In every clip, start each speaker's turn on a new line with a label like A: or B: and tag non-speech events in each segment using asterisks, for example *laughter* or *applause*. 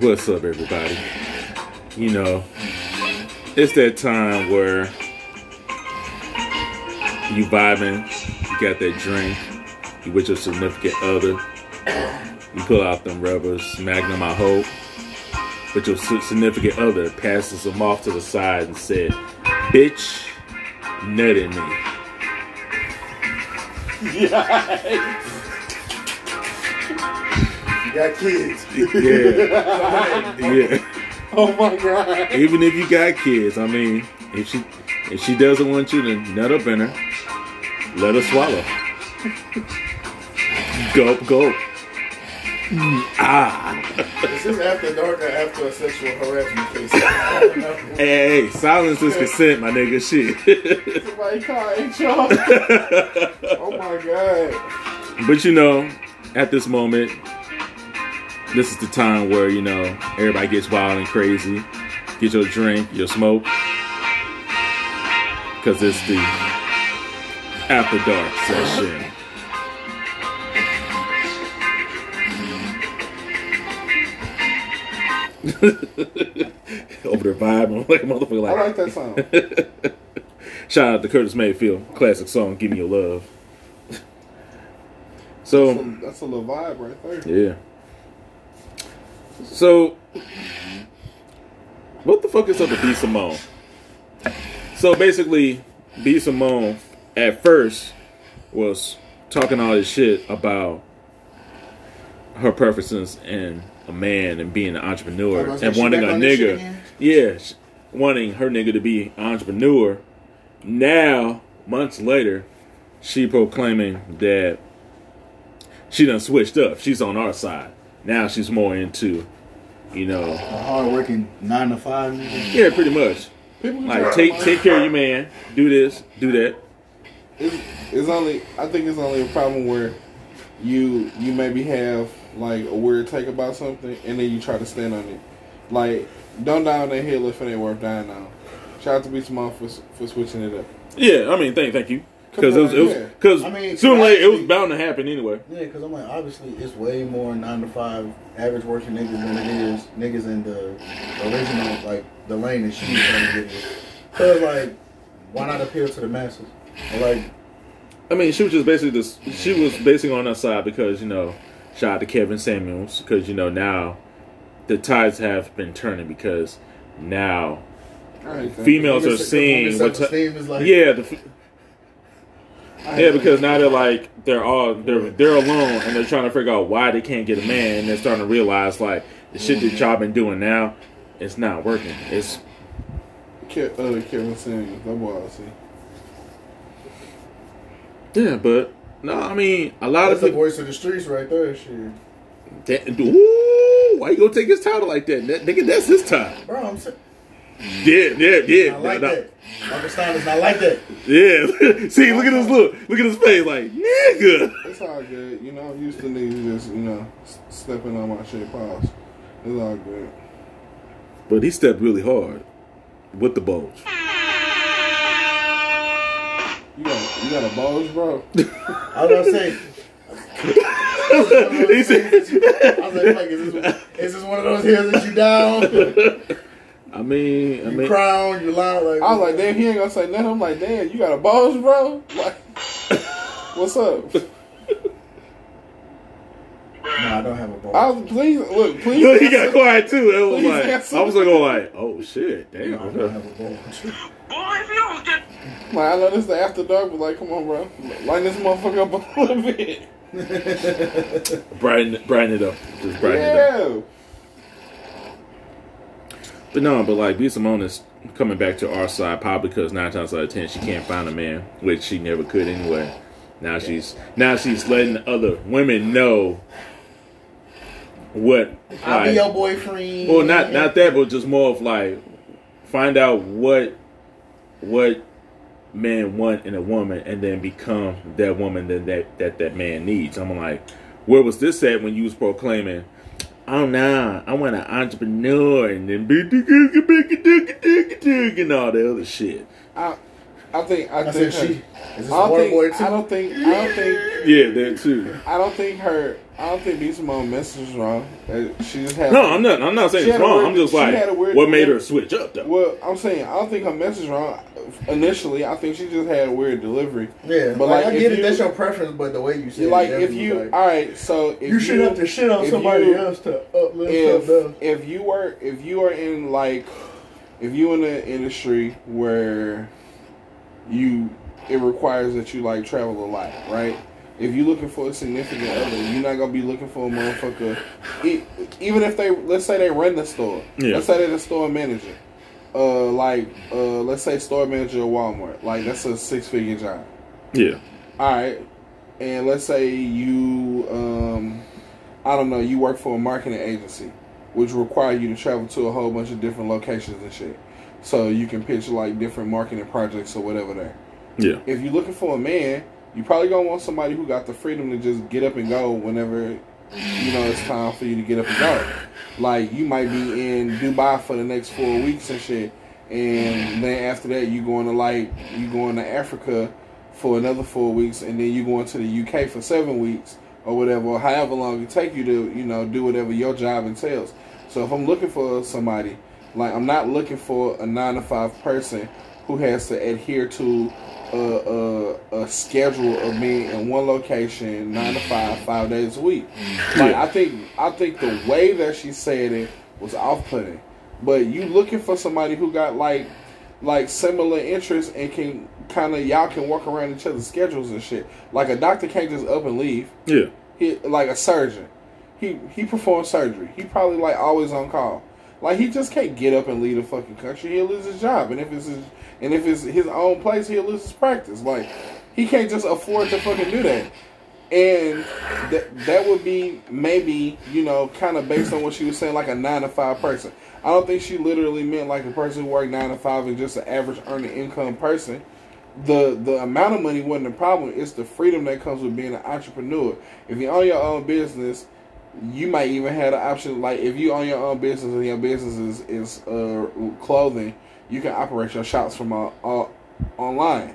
A: What's up, everybody? You know, it's that time where you vibing, you got that drink, you with your significant other, you pull out them rubbers, Magnum, I hope, but your si- significant other passes them off to the side and said, "Bitch, nut at me."
B: You got kids.
A: Yeah, yeah.
B: *laughs* oh my god.
A: even if you got kids, I mean, if she if she doesn't want you to nut up in her, let her
B: *laughs*
A: swallow. gulp, gulp.
B: Is this after dark or after a sexual harassment case? I don't *laughs* know.
A: Hey, hey, silence is consent, my nigga. Shit.
B: Somebody call HR. *laughs* oh my god.
A: but you know, at this moment, this is the time where you know everybody gets wild and crazy. Get your drink, your smoke, because it's the after dark session. *laughs* Over there vibing *laughs* like a motherfucker.
B: I
A: Like,
B: like that song.
A: Shout out to Curtis Mayfield, classic song, "Give Me Your Love." *laughs* so
B: That's a little vibe right there.
A: yeah, so what the fuck is up with B Simone? So basically, B Simone at first was talking all this shit about her preferences and a man and being an
B: Oh,
A: entrepreneur
B: that's
A: and
B: why she
A: wanting a
B: back on this shit
A: nigga.
B: again?
A: Yeah, sh- wanting her nigga to be an entrepreneur. Now, months later, she proclaiming that she done switched up. She's on our side. Now she's more into, you know,
C: A hard working nine to five nigga.
A: yeah, pretty much.
B: People can
A: Like
B: try
A: take
B: to-
A: take care of your man. Do this, do that.
B: It's, it's only. I think it's only a problem where you you maybe have like a weird take about something and then you try to stand on it. Like don't die on that hill if it ain't worth dying on. Shout out to Beach Mom for s- for switching it up.
A: Yeah, I mean, thank thank you. Because it was
B: Come on, yeah.
A: because
C: I mean,
A: sooner or later it was
C: actually-
A: bound to happen anyway.
C: Yeah, because I'm like, obviously, it's way more nine to five average working niggas than it is niggas in the original, like, the lane that she was trying to get in. Because, like, why not appeal to the masses? Or, like,
A: I mean, she was just basically this. She was basically on our side because you know, shout out to Kevin Samuels because you know now, the tides have been turning because now
B: All right, thank you.
A: females are
C: women's-
A: seeing
C: women's
A: what ti-
C: self-esteem is like,
A: yeah the, f-
B: All right,
A: yeah because now they're like they're all they're they're alone and they're trying to figure out why they can't get a man and they're starting to realize like the shit that y'all been doing now, it's not working. It's
B: Ke- uh, Kevin Samuels. That boy, I see.
A: yeah, but no, I mean a lot
C: That's
A: of
C: the
A: people.
C: voice of the streets right there, shit.
A: That, ooh, why you gonna take his title like that? That- nigga, that's his title.
C: Bro, I'm saying,
A: Yeah, yeah, yeah.
C: I like
A: No, no.
C: that. Michael Stein is not like that.
A: Yeah. *laughs* See, look at his look. Look at his face. Like, nigga.
B: It's all good. You know, I'm used to niggas just, you know, s- stepping on my shit pause. It's all good.
A: But he stepped really hard with the bulge. *laughs*
B: You got you got a
A: *laughs*
B: bulge, bro.
C: I was gonna say,
A: he said,
C: I was like, like is, this, is this one of those hills that you down?
A: I mean, I
C: You
A: mean,
C: crown, you loud, like,
B: I was like, damn, he ain't gonna say nothing. I'm like, damn, you got a bulge, bro. Like, what's up?
C: nah, I don't have a ball.
B: I was please look, please.
A: look, *laughs* he got quiet too. It was
B: Please
A: like,
B: answer.
A: I was like, going like, oh shit, damn.
C: I don't have a ball.
D: Boy, if you don't get
B: Like, I know this is the after dark, but like, come on, bro, line this motherfucker up a *laughs* little bit.
A: Brighten, brighten it up. Just brighten it up.
B: Yeah.
A: But no, but like, B. Simone is coming back to our side probably because nine times out of ten she can't find a man, which she never could anyway. Now she's now she's letting other women know what
C: I'll be
A: like,
C: your boyfriend.
A: Well, not not that, but just more of like find out what what men want in a woman, and then become that woman that that that, that man needs. I'm like, where was this at when you was proclaiming? Oh nah, I want an entrepreneur, and then and all the other shit.
B: I I think I,
C: I
B: think
C: said
B: her,
C: she. Is this
B: I don't
C: water boy
B: think
C: too?
B: I don't think I don't think
A: Yeah, that too.
B: I don't think her I don't think Beast Mom message is wrong. Uh, She just had.
A: No, I'm not. I'm not saying
B: She
A: it's
B: had a
A: wrong.
B: weird-
A: I'm just
B: she
A: like,
B: had a weird-
A: what made her switch up though?
B: Well, I'm saying I don't think her message is wrong. Initially, I think she just had a weird delivery.
C: Yeah,
B: But,
C: but
B: like,
C: like, I
B: if
C: get it.
B: you-
C: That's your preference, but the way you said
B: like
C: it,
B: if
C: definitely,
B: you,
C: like,
B: all right. So if you,
D: You shouldn't have to shit on
B: if
D: somebody
B: you-
D: else to uplift something
B: if
D: else.
B: if you were if you are in like if you in an industry where you it requires that you like travel a lot, right? If you're looking for a significant other, you're not gonna be looking for a motherfucker. e- even if they let's say they run the store,
A: Yeah.
B: let's say they're the store manager, uh, like uh, let's say store manager at Walmart, like that's a six figure job.
A: Yeah,
B: All right, and let's say you, um, I don't know, you work for a marketing agency, which require you to travel to a whole bunch of different locations and shit, so you can pitch like different marketing projects or whatever. There,
A: yeah,
B: if you're looking for a man, you probably gonna want somebody who got the freedom to just get up and go whenever you know it's time for you to get up and go. Like you might be in Dubai for the next four weeks and shit, and then after that you going to like you going to Africa for another four weeks, and then you going to the UK for seven weeks or whatever, or however long it take you to you know do whatever your job entails. So if I'm looking for somebody, like I'm not looking for a nine to five person who has to adhere to a, a, a schedule of being in one location nine to five, five days a week. Like I think I think the way that she said it was off putting. But you looking for somebody who got like like similar interests and can kind of y'all can work around each other's schedules and shit. Like a doctor can't just up and leave
A: yeah,
B: he like a surgeon. He he performs surgery. He probably like always on call. Like he just can't get up and leave the fucking country. He'll lose his job, and if it's his, and if it's his own place, he'll lose his practice. Like he can't just afford to fucking do that. And that that would be maybe you know kind of based on what she was saying, like a nine to five person. I don't think she literally meant like a person who worked nine to five and just an average earning income person the the amount of money wasn't the problem. It's the freedom that comes with being an entrepreneur. If you own your own business, you might even have the option. Like if you own your own business and your business is is uh, clothing, you can operate your shops from all, all online.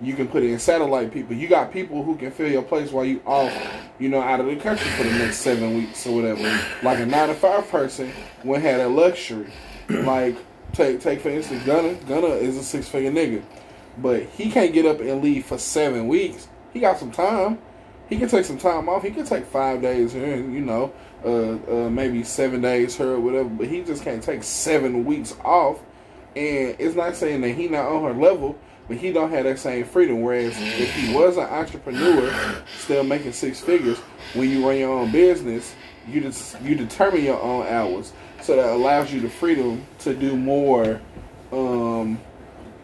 B: You can put in satellite people. You got people who can fill your place while you off, you know, out of the country for the next seven weeks or whatever. Like a nine to five person would have that luxury. *clears throat* Like take take for instance, Gunner. Gunner is a six figure nigga. But he can't get up and leave for seven weeks. He got some time. He can take some time off. He can take five days here and, you know, uh, uh, maybe seven days here or whatever. But he just can't take seven weeks off. And it's not saying that he not on her level, but he don't have that same freedom. Whereas if he was an entrepreneur, still making six figures, when you run your own business, you just you determine your own hours, so that allows you the freedom to do more. Um,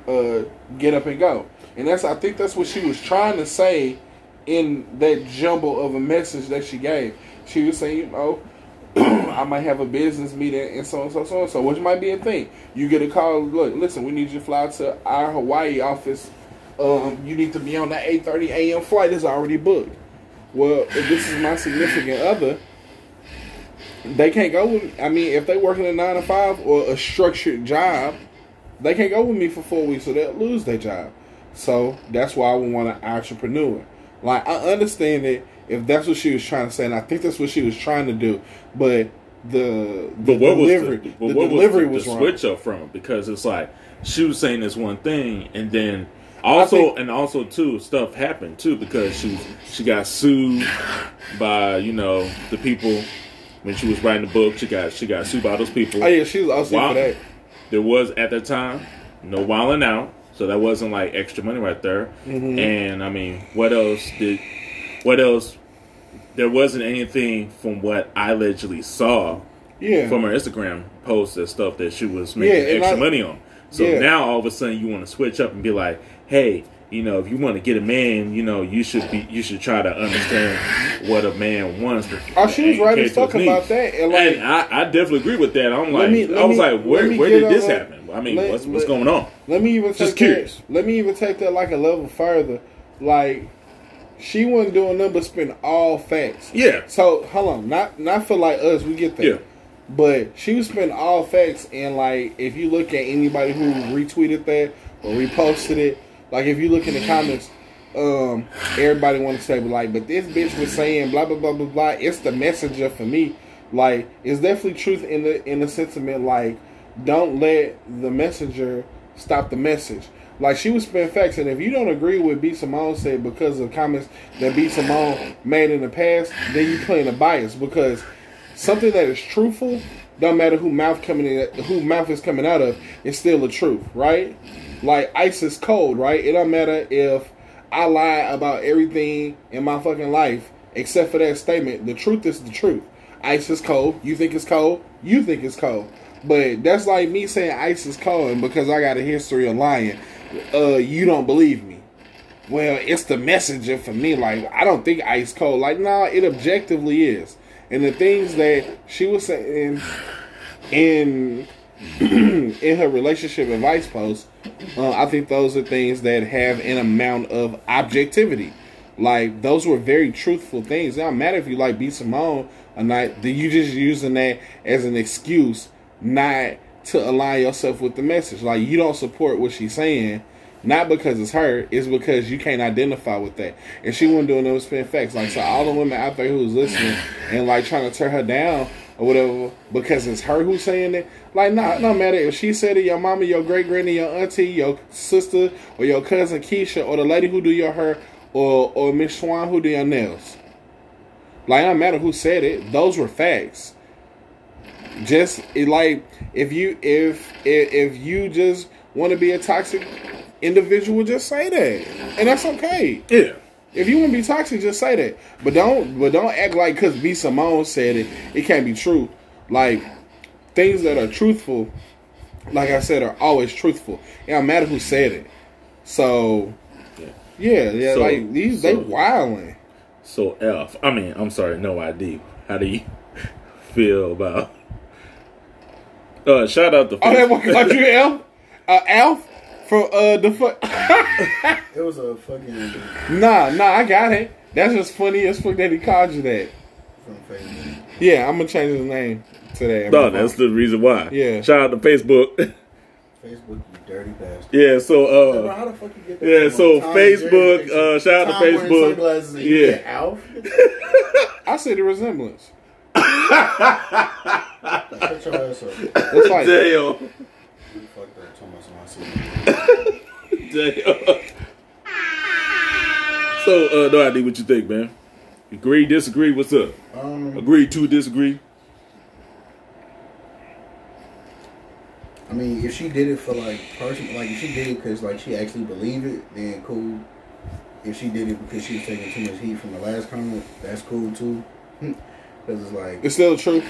B: uh, get up and go. And that's I think that's what she was trying to say in that jumble of a message that she gave. She was saying, you know, *clears throat* I might have a business meeting and so and so so and so, which might be a thing. You get a call, look, listen, we need you to fly to our Hawaii office. Um, you need to be on that eight thirty AM flight that's already booked. Well, if this is my significant other, they can't go with I mean, if they working a nine to five or a structured job, they can't go with me for four weeks, so they'll lose their job. So that's why I would want an entrepreneur. Like I understand it if that's what she was trying to say, and I think that's what she was trying to do. But the the
A: But what
B: delivery,
A: was the,
B: the,
A: but what
B: delivery
A: was,
B: was,
A: the,
B: wrong.
A: the switch up from? Because it's like she was saying this one thing, and then also
B: think-
A: and also too stuff happened too because she she got sued by you know the people when she was writing the book. She got she got sued by those people.
B: Oh yeah, she was also
A: Wow.
B: for that.
A: There was at that time no wilding out, so that wasn't like extra money right there.
B: Mm-hmm.
A: And I mean, what else did? What else? There wasn't anything from what I allegedly saw
B: Yeah,
A: from her Instagram posts and stuff that she was making
B: Yeah, and
A: extra
B: I-
A: money on. So
B: yeah.
A: now all of a sudden you want to switch up and be like, hey, you know, if you want to get a man, you know, you should be, you should try to understand what a man wants.
B: oh, she was right as fuck about that, and like
A: and I, I definitely agree with that. I'm
B: Let
A: like,
B: me- let
A: I was
B: me-
A: like,
B: let
A: where,
B: me
A: where
B: get
A: did this
B: on-
A: happen? I mean,
B: let-
A: what's, what's
B: let-
A: going on?
B: Let me even take
A: Just
B: that,
A: curious.
B: Let me even take that like a level further. Like she wasn't doing nothing but spin all facts.
A: Yeah.
B: So hold on, not not for like us, we get that.
A: Yeah.
B: But she was spinning all facts, and like if you look at anybody who retweeted that or reposted it, like if you look in the comments, um, everybody want to say, but like, but this bitch was saying blah blah blah blah blah. It's the messenger for me. Like, it's definitely truth in the in the sentiment. Like, don't let the messenger stop the message. Like she was spin facts, and if you don't agree with B Simone said because of comments that B Simone made in the past, then you playing a bias because something that is truthful don't matter who mouth coming in, who mouth is coming out of, it's still the truth, right? Like ice is cold, right? It don't matter if I lie about everything in my fucking life except for that statement. The truth is the truth. Ice is cold. You think it's cold. You think it's cold. But that's like me saying ice is cold, and because I got a history of lying, uh, you don't believe me. Well, it's the messenger for me. Like I don't think ice cold. Like nah, it objectively is. And the things that she was saying in *clears throat* in her relationship advice post, uh, I think those are things that have an amount of objectivity. Like those were very truthful things. It don't matter if you like B Simone or not. That you just using that as an excuse not to align yourself with the message. Like you don't support what she's saying, not because it's her, it's because you can't identify with that. And she wasn't doing those spin facts. Like so, all the women out there who's listening and like trying to tear her down or whatever because it's her who's saying it. Like, nah, no matter if she said it, your mama, your great granny, your auntie, your sister, or your cousin Keisha, or the lady who do your hair, or or Miss Swan who do your nails. Like, no matter who said it, those were facts. Just it, like if you if if, if you just want to be a toxic individual, just say that, and that's okay.
A: Yeah.
B: If you want to be toxic, just say that. But don't but don't act like because B Simone said it, it can't be true. Like things that are truthful, like I said, are always truthful. It don't matter who said it. So yeah, yeah,
A: So-
B: like these they
A: so-
B: wilding.
A: So Elf, I mean, I'm sorry, no ID. How do you *laughs* feel about? Uh, shout out to
B: Oh, that one called you Alf, uh, Alf for uh the fuck. *laughs*
C: It was a fucking
B: nah, nah, I got it. That's just funny as fuck that he called you that.
C: from Facebook.
B: Yeah, I'm gonna change his name today.
A: No, that's the reason why.
B: Yeah.
A: Shout out to Facebook. *laughs*
C: Facebook, you dirty bastard.
A: yeah. So
C: Bro,
A: uh,
C: how the fuck you get that?
A: yeah.
C: from
A: So
C: a Tom
A: Facebook.
C: Jerry picture?
A: Uh, shout out
C: Tom
A: to
C: wearing
A: Facebook.
C: sunglasses and you
A: Yeah.
C: get Alf?
B: I see the resemblance.
C: Shut your ass up. *coughs*
B: It's like
A: Damn.
C: You fucked up too much when I see you.
A: Damn. *laughs* so uh, no ID. What you think, man? Agree? Disagree? What's up?
C: Um,
A: Agree to disagree?
C: I mean, if she did it for like personal, like if she did it because like she actually believed it, then cool. If she did it because she was taking too much heat from the last comment, that's cool too. *laughs* Because it's like,
B: it's still the truth.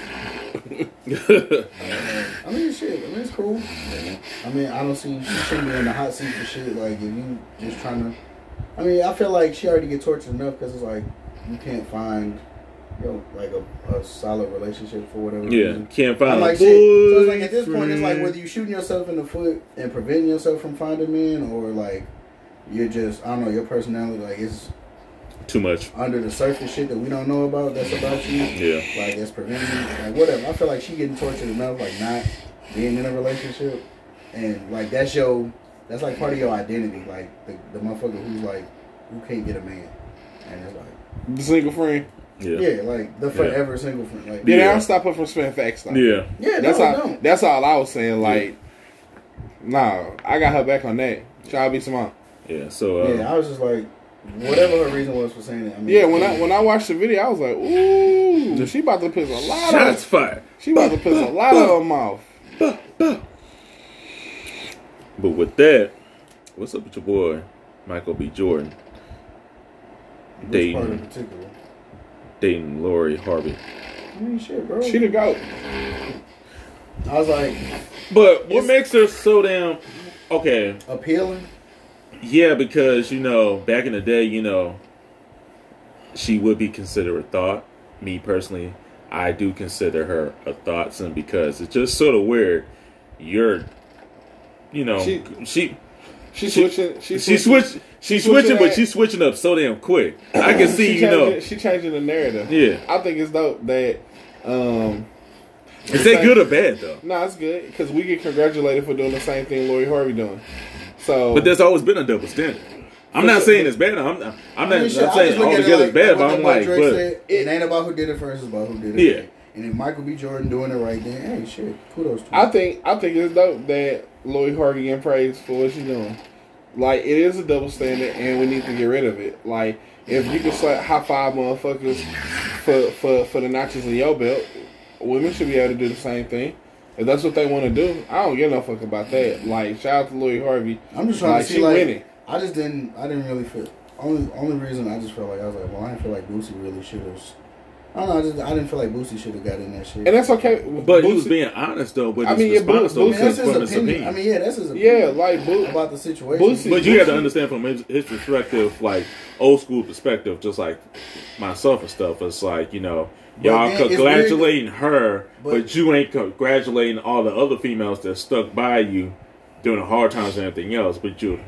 C: I mean, shit. I mean, it's cool. I mean, I don't see she shouldn't be in the hot seat for shit. Like, if you just trying to, I mean, I feel like she already get tortured enough because it's like you can't find, you know, like a, a solid relationship for whatever.
A: Yeah.
C: reason.
A: Can't
C: Mm-hmm. I'm
A: find. a
C: like, shit. So it's like at this point, it's like
A: boyfriend.
C: whether you shooting yourself in the foot and preventing yourself from finding men, or like you're just, I don't know, your personality like it's
A: Too much.
C: under the surface shit that we don't know about. That's about you.
A: Yeah.
C: Like that's preventing you, like whatever. I feel like she getting tortured enough, like not being in a relationship, and like that's your, that's like part of your identity. Like the, the motherfucker who's like, who can't get a man, and it's like,
B: The single friend.
A: Yeah.
C: yeah, like the forever single friend. Like,
B: Did
A: Yeah.
B: I stop her from spinning facts? Like,
A: Yeah.
C: yeah,
B: That's
C: no,
B: all.
C: no.
B: That's all I was saying. Like, nah, I got her back on that. Try to be smart.
A: Yeah. So uh,
C: Yeah, I was just like, whatever her reason was for saying it. I mean,
B: Yeah, when I when I watched the video, I was like, ooh, she about to piss a lot
A: shots
B: of
A: fired.
B: she about to piss a lot of them off.
A: But with that, what's up with your boy Michael B. Jordan
C: which part in
A: dating
C: particular?
A: dating Lori Harvey?
C: I mean, shit, bro.
B: She the goat.
C: I was like
A: But what
C: It's-
A: makes her so damn okay?
C: appealing.
A: Yeah, because you know back in the day, you know she would be considered a thought. Me personally, I do consider her a thought, and because it's just sort of weird. You're, you know,
B: She-
A: she
B: She
A: She-
B: switching. She,
A: she
B: switching-
A: switch she
B: switching
A: switching, but
B: that-
A: she's switching up so damn
C: *coughs*
A: quick. I can see,
B: she
A: you
B: changing,
A: know,
B: She changing the narrative.
A: Yeah.
B: I think it's dope that. Um,
A: is that good or bad though?
B: nah, it's good because we get congratulated for doing the same thing Lori Harvey doing. So,
A: But there's always been a double standard. I'm not saying it's bad. I'm I'm, I'm
C: I
A: not,
C: mean, shit,
A: not
C: I
A: saying
C: just look at it
A: altogether it's bad,
C: what
A: but I'm
C: that boy
A: like,
C: Drake
A: but
C: said, it ain't about who did it first, it's about who did it.
A: Yeah.
C: And if Michael B. Jordan doing it right then, hey, shit, kudos to him.
B: I think I think it's dope that Lori Harvey getting praised for what she's doing. Like it is a double standard, and we need to get rid of it. Like if you can slap high five motherfuckers for for for the notches in your belt, women should be able to do the same thing. If that's what they want to do, I don't give no fuck about that. Like shout out to Lori Harvey.
C: I'm just trying
B: Like,
C: to
B: she
C: see like
B: winning.
C: I just didn't I didn't really feel only only reason I just felt like I was like well I didn't feel like Boosie really should have I don't know I just I didn't feel like Boosie should have got in that shit.
B: And that's okay.
A: but he was
B: Boosie-
A: being honest though with
B: I
A: his
B: mean, yeah,
A: response
B: Boosie-
A: though
B: Boosie-
C: that's
A: because
C: his
A: from his
C: opinion.
A: opinion.
C: I mean yeah that's his opinion.
B: yeah, like Bo-
C: about the situation.
B: Boosie-
A: But you have to understand from his, his perspective, like old school perspective, just like myself and stuff. It's like you know, y'all
C: then it's
A: congratulating her, but,
C: but-
A: you ain't congratulating all the other females that stuck by you during the hard times and everything else. But you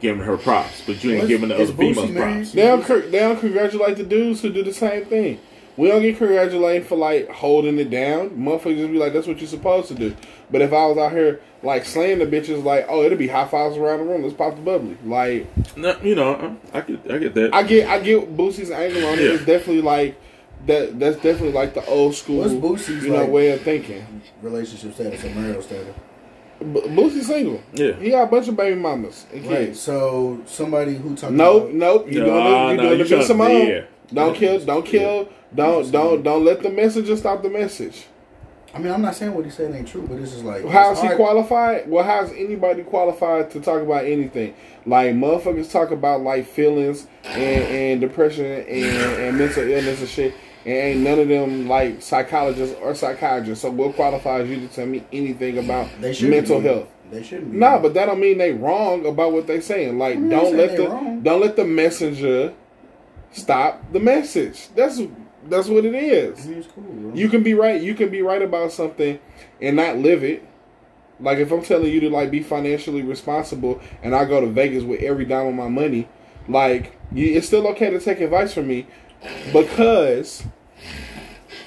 A: giving her props, but you ain't
C: Well,
A: giving the
C: is
A: other
C: Boosie
A: females
C: married?
A: props.
B: They don't, cr- they don't congratulate the dudes who do the same thing. We don't get congratulated for like holding it down. Motherfuckers just be like, that's what you're supposed to do. But if I was out here like slaying the bitches, like, oh, it'll be high fives around the room. Let's pop the bubbly. Like,
A: No, you know, uh, I I get, I get that.
B: I get, I get Boosie's angle on it.
A: Yeah.
B: It's definitely like that. That's definitely like the old school,
C: What's Boosie's,
B: you know,
C: like-
B: way of thinking.
C: relationship status or marital status.
B: B- Boosie's single.
A: Yeah.
B: he got a bunch of baby mamas and
C: Right.
B: kids.
C: So somebody who talked
B: Nope,
C: about
B: nope. You doing
A: Nah,
B: it? You
A: nah,
B: doing
A: you
B: it for
A: tryna-
B: Simone?
A: yeah.
B: Don't kill. Don't kill. Don't don't don't let the messenger stop the message.
C: I mean I'm not saying what he said ain't true, but this is like
B: How's
C: it's
B: he
C: all right.
B: qualified? Well, how's anybody qualified to talk about anything? Like motherfuckers talk about like feelings and, and depression and, and mental illness and shit, and ain't none of them like psychologists or psychiatrists. So what qualifies you to tell me anything about
C: They shouldn't
B: mental
C: be.
B: health?
C: They shouldn't be.
B: No, but that don't mean they wrong about what they saying. Like,
C: I'm not
B: don't
C: saying
B: let
C: they
B: the
C: wrong.
B: don't let the messenger stop the message. That's that's what it
C: I
B: is.
C: mean, it's cool. bro.
B: You can be right. You can be right about something and not live it. Like if I'm telling you to like be financially responsible, and I go to Vegas with every dime of my money, like you, it's still okay to take advice from me because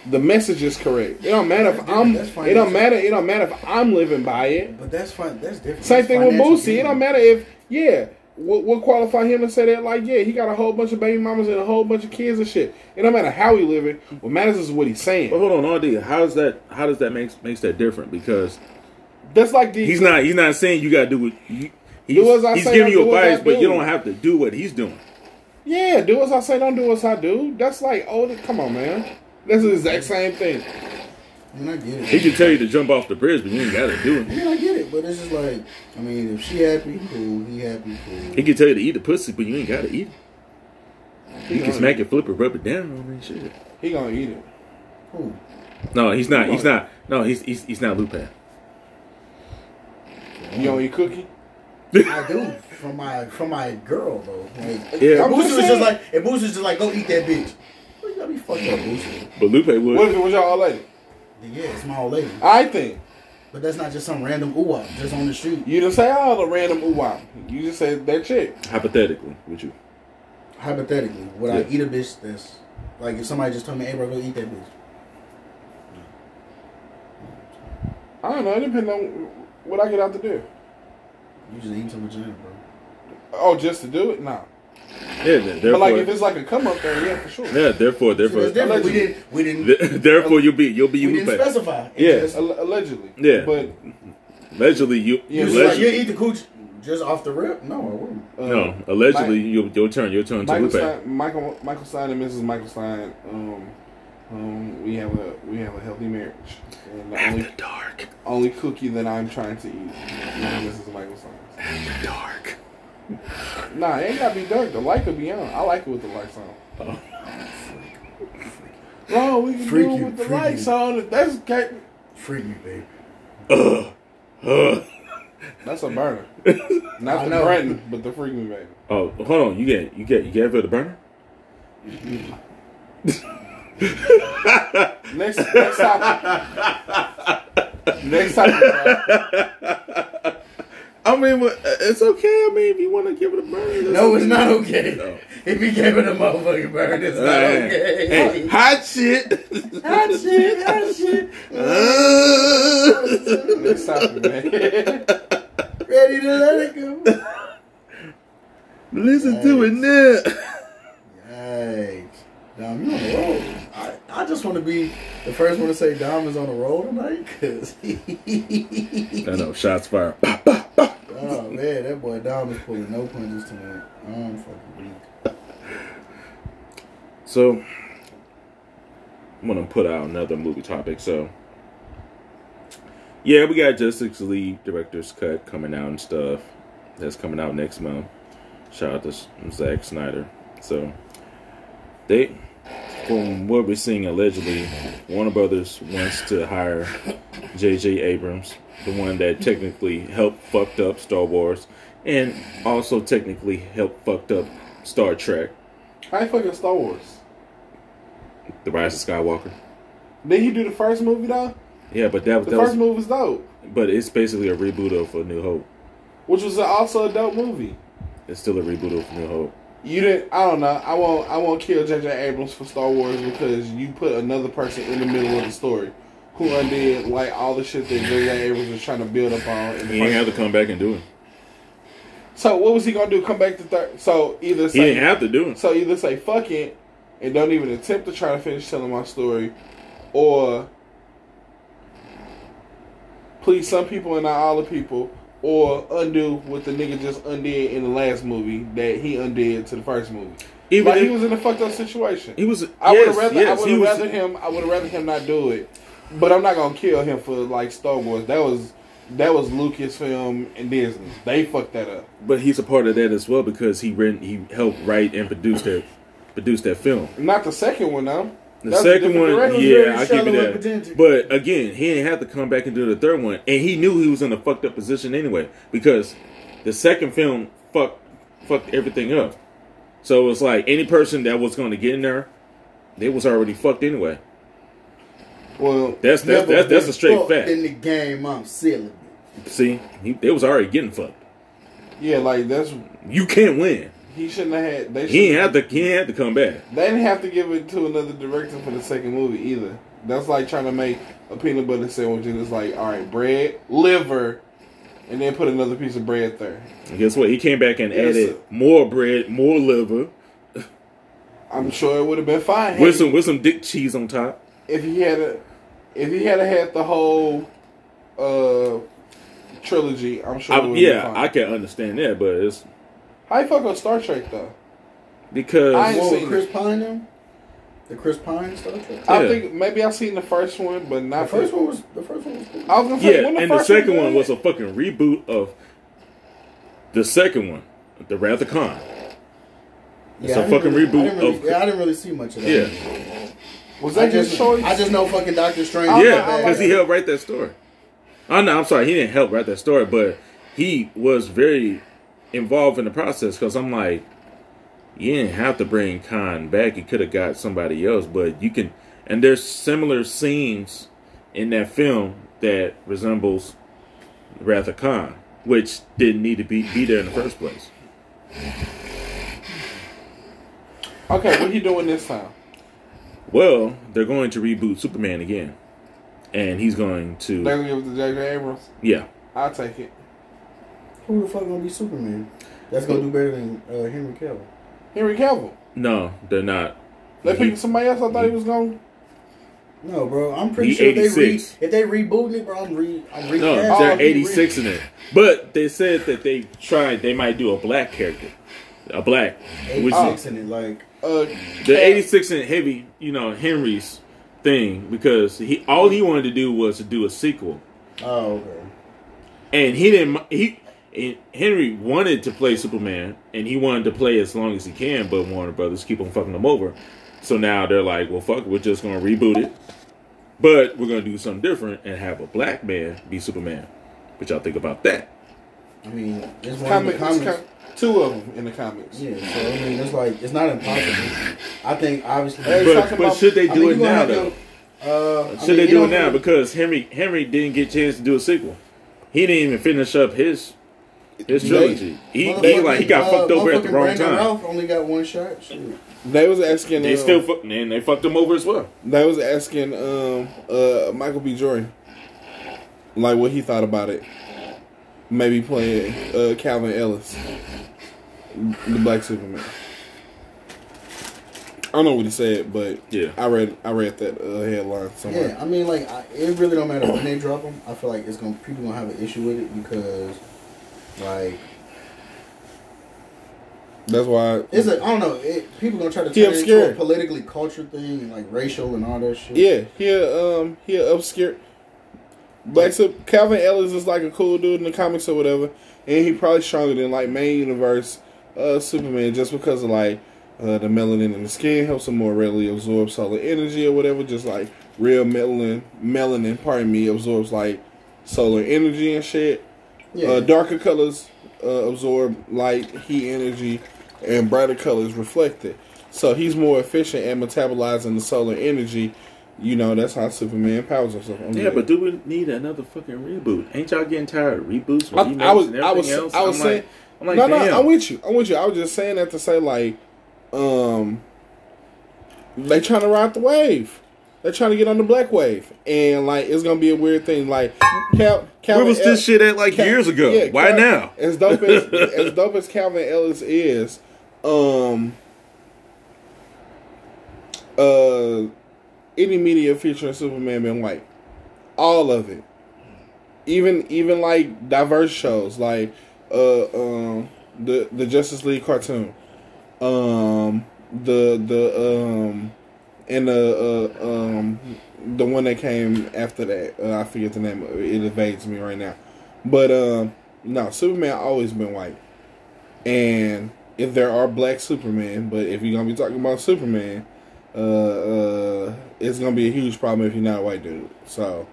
B: the message is correct. It don't matter if
C: That's
B: I'm.
C: different. That's
B: It don't
C: financial.
B: matter. It don't matter if I'm living by it.
C: But that's fine. That's different.
B: Same
C: That's
B: thing with
C: financial
B: Boosie. It
C: gain.
B: don't matter if yeah, what will qualify him and say that like yeah, he got a whole bunch of baby mamas and a whole bunch of kids and shit. It don't matter how he living. What matters is what he's
A: But
B: saying.
A: hold on, RD, how's that? How does that makes makes that different? Because
B: That's like the
A: he's not he's not saying you got to do what you, he's,
B: as I
A: he's
B: say,
A: giving you
B: don't do as I
A: advice, but you
B: do.
A: don't have to do what he's doing.
B: yeah. Do as I say, don't do as I do. That's like oh, th- come on, man. That's the exact same thing.
C: I mean, I get it.
A: He can tell you to jump off the bridge, but you ain't got to do
C: I
A: it.
C: mean, I get it, but it's just like, I mean, if she happy, cool. He happy, cool.
A: He can tell you to eat the pussy, but you ain't got to eat it.
B: He
A: You can
B: gonna,
A: smack it, flip it, rub it down. I mean, shit.
B: he gonna eat it.
C: Cool.
A: No, he's not. He's not. No, he's he's, he's not Lupin.
B: You gonna eat cookie?
C: I do from my from my girl though. Like,
A: Yeah,
B: I'm
C: Boosie was
B: saying.
C: just like, and Boosie was just like, go eat that bitch. Well, you gotta be fucked up, Boosie.
A: but Lupe would.
B: What if it was y'all all lady?
C: Then, yeah, it's my old lady,
B: I think
C: but that's not just some random ooh ah, just on the street.
B: you didn't say all the random ooh wow. You just said that chick.
A: Hypothetically, would you?
C: Hypothetically, would I
A: Yeah.
C: eat a bitch that's like if somebody just told me, hey bro, go eat that bitch?
B: I don't know. It depends on what I get out to do.
C: You just eat some vagina, bro.
B: Oh, just to do it? No.
A: Yeah. then Therefore,
B: But like if it's like a come up thing, yeah, for sure.
A: yeah. Therefore,
C: See, that's
A: therefore,
C: different. We didn't, we didn't, we
A: *laughs* th- therefore, you'll be you'll be
C: didn't
A: Lupe.
C: specify. It's
A: Yeah.
C: just-
B: Al- allegedly.
A: Yeah.
B: But
A: Allegedly, you.
B: Yeah,
C: You
B: Legend.
C: like, you
A: allegedly,
C: eat the cooch just off the rip? No, I wouldn't.
B: uh,
A: no. Allegedly,
B: Mi-
A: you'll you'll turn you'll turn to
B: Michael
A: Lupe.
B: Stein, Michael Michael Stein and Mrs. Michael Stein. Um, um, we have a we have a healthy marriage. And the
A: After
B: only
A: dark.
B: only cookie that I'm trying to eat is Mrs. Michael Stein.
A: After dark.
B: Nah, it ain't gotta be dark. The light could be on. I like it with the lights on.
A: Oh.
B: No, we can do
C: Freaky,
B: it with the
C: freaky.
B: lights on. If that's okay.
C: Free me, baby.
A: Ugh. Ugh.
B: That's a
C: *laughs*
B: burner. Not
C: I
B: the
C: know.
B: Brenton, but the freaking baby.
A: Oh, hold on. You get you get you get for the burner.
B: Next next
C: *laughs*
B: topic. next topic. bro.
A: I mean, well, it's okay. I mean, if you want to give it a burn,
C: No, it's not okay.
A: No.
C: If he gave it a motherfucking burn, it's not okay.
A: Hey,
C: *laughs*
A: hot *laughs* shit.
C: Hot shit, hot
B: *laughs*
C: shit.
A: Uh.
B: Next topic, man.
C: Ready to let it go.
A: Listen to it now.
C: Yikes. Dom, you on the road. I, I just want to be the first one to say Dom is on the road tonight because *laughs*
A: I know. uh, Shots fired.
C: Oh man, that boy Dom is pulling no punches tonight. I'm fucking weak.
A: So I'm gonna put out another movie topic. So yeah, we got Justice League director's cut coming out and stuff. That's coming out next month. Shout out to S- Zack Snyder. So they, from what we're seeing allegedly, Warner Brothers wants to hire J.J. Abrams, the one that technically helped fucked up Star Wars, and also technically helped fucked up Star Trek:
B: How you fucking Star Wars?
A: The Rise of Skywalker.
B: Did he do the first movie though?
A: Yeah, but that,
B: The
A: that
B: first
A: was,
B: movie was dope,
A: but it's basically a reboot of A New Hope.
B: which was also a dope movie.
A: It's still a reboot of A New Hope.
B: You didn't. I don't know. I won't. I won't kill J.J. Abrams for Star Wars because you put another person in the middle of the story who undid like all the shit that J.J. Abrams was trying to build up on. In the
A: He didn't have
B: first.
A: to come back and do it.
B: So what was he gonna do? Come back to third? So either
A: He
B: say,
A: didn't have to do it.
B: so either say fuck it and don't even attempt to try to finish telling my story, or please some people and not all the people, or undo what the nigga just undid in the last movie that he undid to the first movie.
A: Even
B: like he
A: if-
B: was in a fucked up situation.
A: He was.
B: I
A: yes,
B: would have rather
A: yes,
B: I would
A: he
B: have
A: was-
B: rather him I would have rather him not do it. But I'm not gonna kill him for like Star Wars. That was that was Lucasfilm and Disney. They fucked that up.
A: But he's a part of that as well because he written, he helped write and produce that, produce that film.
B: Not the second one though.
A: The
B: That's a
A: second
B: different
A: one,
B: director.
A: yeah,
C: very
A: I give
C: shallow
A: you
C: and pedantic.
A: that. But again, he didn't have to come back and do the third one, and he knew he was in a fucked up position anyway because the second film fucked fucked everything up. So it's like any person that was going to get in there, they was already fucked anyway.
B: Well,
A: That's that's that's, that's a straight
C: Fuck
A: fact.
C: In the game, I'm silly.
A: See, he, they was already getting fucked.
B: yeah, like that's
A: You can't win.
B: he shouldn't have had. They
A: He ain't
B: should.
A: have to. He ain't have to come back.
B: They didn't have to give it to another director for the second movie either. That's like trying to make a peanut butter sandwich and it's like, all right, bread, liver, and then put another piece of bread there.
A: And guess what? He came back and
B: Yes,
A: added
B: sir.
A: more bread, more liver,
B: I'm sure it would have been fine.
A: with some with some dick cheese on top.
B: if he had a if he had a had the whole uh trilogy, I'm sure.
A: I,
B: it would've
A: yeah,
B: been
A: I
B: fine.
A: can understand that, but it's
B: How you fuck with Star Trek though?
A: because
B: I-
C: Whoa,
B: seen
C: with Chris
B: it.
C: Pine them? The Chris Pine stuff? The
B: I
A: Yeah.
B: think maybe I seen the first one, but not
C: first one was the first one was cool.
B: I was gonna say,
A: yeah,
B: when the
A: and the
B: first
A: second one
B: did-
A: was a fucking reboot of the second one, the Wrath of Khan. It's
C: Yeah,
A: a
C: I didn't
A: fucking
C: really- I
A: reboot
C: didn't really,
A: of-
C: Yeah, I didn't really see much of that.
A: Yeah,
B: was
C: I
B: that his
C: just,
B: choice?
C: I just know fucking Doctor Strange.
B: I
A: yeah,
B: like- I like
A: because he
B: that.
A: helped write that story. I know. I'm sorry, he didn't help write that story, but he was very involved in the process. Because I'm like, you didn't have to bring Khan back. You could have got somebody else, but you can. And there's similar scenes in that film that resembles Wrath of Khan, which didn't need to be be there in the first place.
B: okay, what he doing this time?
A: Well, they're going to reboot Superman again, and he's going to
B: They're gonna give it to J.J. Abrams.
A: yeah.
B: I'll take it.
C: Who the fuck gonna be Superman? That's gonna do better than uh, Henry Cavill.
B: Henry Cavill.
A: No, they're not.
B: They
A: He-
B: picking somebody else. I thought he was going.
C: No, bro, I'm pretty
A: He
C: sure if they re,
A: 86.
C: if they rebooting it, bro, I'm re, I'm
A: No,
C: recasting.
B: Oh,
A: they're
B: he
A: 86 in it. But they said that they tried, they might do a black character. A black. Which
C: 86 in it, like
B: Uh,
A: the
B: Cap-
A: 86 and heavy, you know, Henry's thing because he all he wanted to do was to do a sequel.
C: oh okay.
A: And he didn't mi- he and Henry wanted to play Superman and he wanted to play as long as he can, but Warner Brothers keep on fucking him over. So now they're like, well fuck, it, we're just going to reboot it. But we're going to do something different and have a black man be Superman. What y'all think about that?
C: I mean, it's one
B: Comic,
C: of the
B: it's
C: comics.
B: com- two of them in the comics.
C: Yeah, so I mean, it's like it's not impossible. I think obviously,
B: Hey,
A: But,
B: talking
A: but
B: about-
A: should they
C: I
A: do
C: think
A: it
C: you gonna
A: now
C: have
A: though?
C: to, Uh,
A: Should they do it now? Because Henry Henry didn't get a chance to do a sequel. He didn't even finish up his his trilogy. He, they like he got fucked over at the wrong time.
C: Ralph only got one shot. Shoot.
B: They was asking.
A: They
B: um,
A: still fuck, and they fucked him over as well.
B: They was asking um uh Michael B. Jordan like what he thought about it. Maybe playing uh Calvin Ellis. the Black Superman. I don't know what he said, but
A: Yeah.
B: I read I read that uh, headline somewhere.
C: Yeah, I mean, like I, it really don't matter when they drop them. I feel like it's gonna people gonna have an issue with it because, like,
B: That's why.
C: it's a I don't know. It, people gonna try to
B: He
C: turn it into a
B: obscure.
C: politically culture thing and like racial and all that shit.
B: yeah, he a, um he a obscure. Black Sup- Calvin Ellis is like a cool dude in the comics or whatever, and he probably stronger than like main universe uh Superman just because of like uh, the melanin in the skin helps him more readily absorb solar energy or whatever. Just like real melanin melanin, pardon me, absorbs like solar energy and shit.
C: yeah.
B: Uh, darker colors uh, absorb light, heat, energy, and brighter colors reflect it. So he's more efficient at metabolizing the solar energy. You know, that's how Superman powers himself. I'm
A: Yeah,
B: good.
A: but do we need another fucking reboot? Ain't y'all getting tired of reboots,
B: I- I
A: remakes,
B: was-
A: and
B: I
A: everything
B: was-
A: else?
B: I was
A: am
B: saying-
A: like,
B: no,
A: I'm like,
B: no,
A: damn.
B: I'm with you. I'm with you. I was just saying that to say like, um, they trying to ride the wave. They're trying to get on the black wave, and like it's gonna be a weird thing. Like, Cal,
A: Where
B: Calvin
A: was this
B: El-
A: shit at like
B: Cal-
A: years ago?
B: yeah,
A: Why
B: Cal-
A: now?
B: As dope as
A: *laughs*
B: as dope as Calvin Ellis is, um, uh, any media featuring Superman been white, all of it, even even like diverse shows like uh um the the Justice League cartoon, um the the um and the uh, um the one that came after that uh, I forget the name of it. it evades me right now but um no Superman always been white and if there are black Superman but if you're gonna be talking about Superman uh uh it's gonna be a huge problem if you're not a white dude so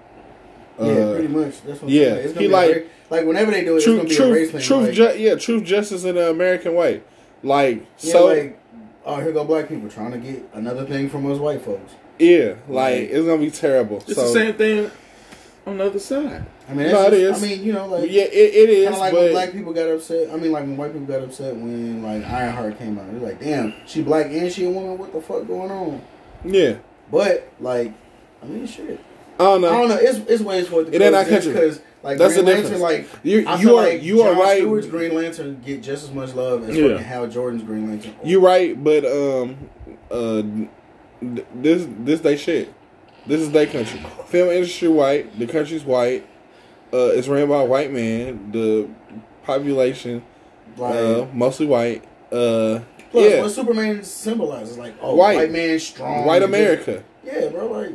B: uh,
C: yeah, pretty much. That's what I'm
B: yeah,
C: saying. It's gonna
B: he
C: be
B: like-
C: like, like whenever they do it,
B: truth
C: it's gonna be a race
B: truth
C: thing.
B: truth
C: like,
B: ju- yeah truth justice in the American way like
C: yeah,
B: so
C: like, oh, here go black people trying to get another thing from us white folks.
B: yeah like it's gonna be terrible
A: It's
B: so
A: the same thing on the other side.
C: I mean, that's
B: No, it
C: just-
B: is.
C: I mean, you know, like
B: yeah it, it
C: Kind
B: is
C: of like
B: but
C: when black people got upset. I mean, like when white people got upset when like Ironheart came out. They're like, "Damn, she black and she a woman. What the fuck going on?"
B: yeah
C: But like, I mean, shit.
B: I don't know
C: I don't know. It's it's ways for it to
B: It ain't our country.
C: because like
B: That's
C: Green
B: the
C: Lantern, like
B: difference. You-
C: I
B: you
C: feel
B: are-
C: like
B: you are
C: Jon
B: right.
C: Stewart's Green Lantern get just as much love as
A: Yeah.
C: fucking Hal Jordan's Green Lantern.
B: You right, but um, uh, th- this this they shit. This is they country. Film industry white. The country's white. Uh, it's ran by a white man. The population
C: like,
B: uh, mostly white. Uh,
C: plus
B: yeah,
C: what Superman symbolizes, like oh,
B: White.
C: white, man strong,
B: white
C: just-
B: America.
C: yeah, bro, like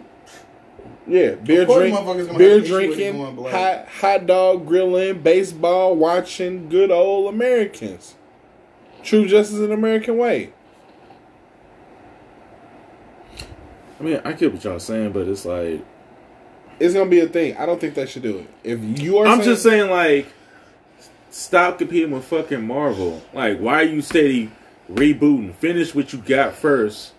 B: Yeah, beer
C: course
B: drink,
C: motherfuckers gonna
B: beer
C: have an issue with it
B: drinking,
C: going black.
B: hot hot dog grilling, baseball watching, good old Americans. True justice in the American way.
A: I mean, I get what y'all saying, but it's like
B: It's gonna be a thing. I don't think they should do it. If you are,
A: I'm just saying, like, stop competing with fucking Marvel. Like, why are you steady rebooting? Finish what you got first.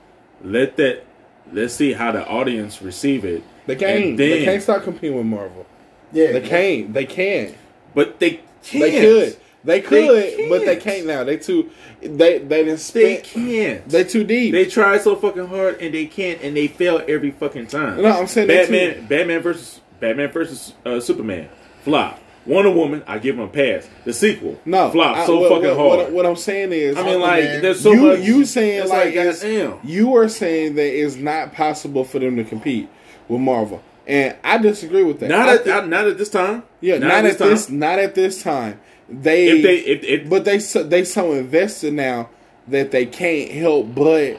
A: Let that. Let's see how the audience receive it.
B: They can't.
A: And then-
B: They can't stop competing with Marvel.
C: yeah,
B: They can't. They can't.
A: But they can't.
B: They could. They could, but they
A: can't.
B: can't now. They too. They they didn't
A: They
B: spend.
A: can't.
B: They too deep.
A: They tried so fucking hard and they can't, and they fail every fucking time.
B: No, I'm saying they
A: Batman, Batman versus Batman versus uh, Superman, flop. Wonder Woman, I give him a pass. The sequel,
B: no
A: flop
B: I-
A: so
B: what-
A: fucking
B: what,
A: hard.
B: What, what I'm saying is,
A: I mean,
C: Aquaman.
A: like, there's so
B: you
A: much.
B: you saying
A: it's
B: like, it's-
A: goddamn.
B: you are saying that it's not possible for them to compete with Marvel, and I disagree with that.
A: Not
B: I
A: at
B: thi-
A: not, not at this time.
B: yeah, not, at
A: time.
B: this not at this time. They
A: If they if, if
B: But they so, they so invested now that they can't help but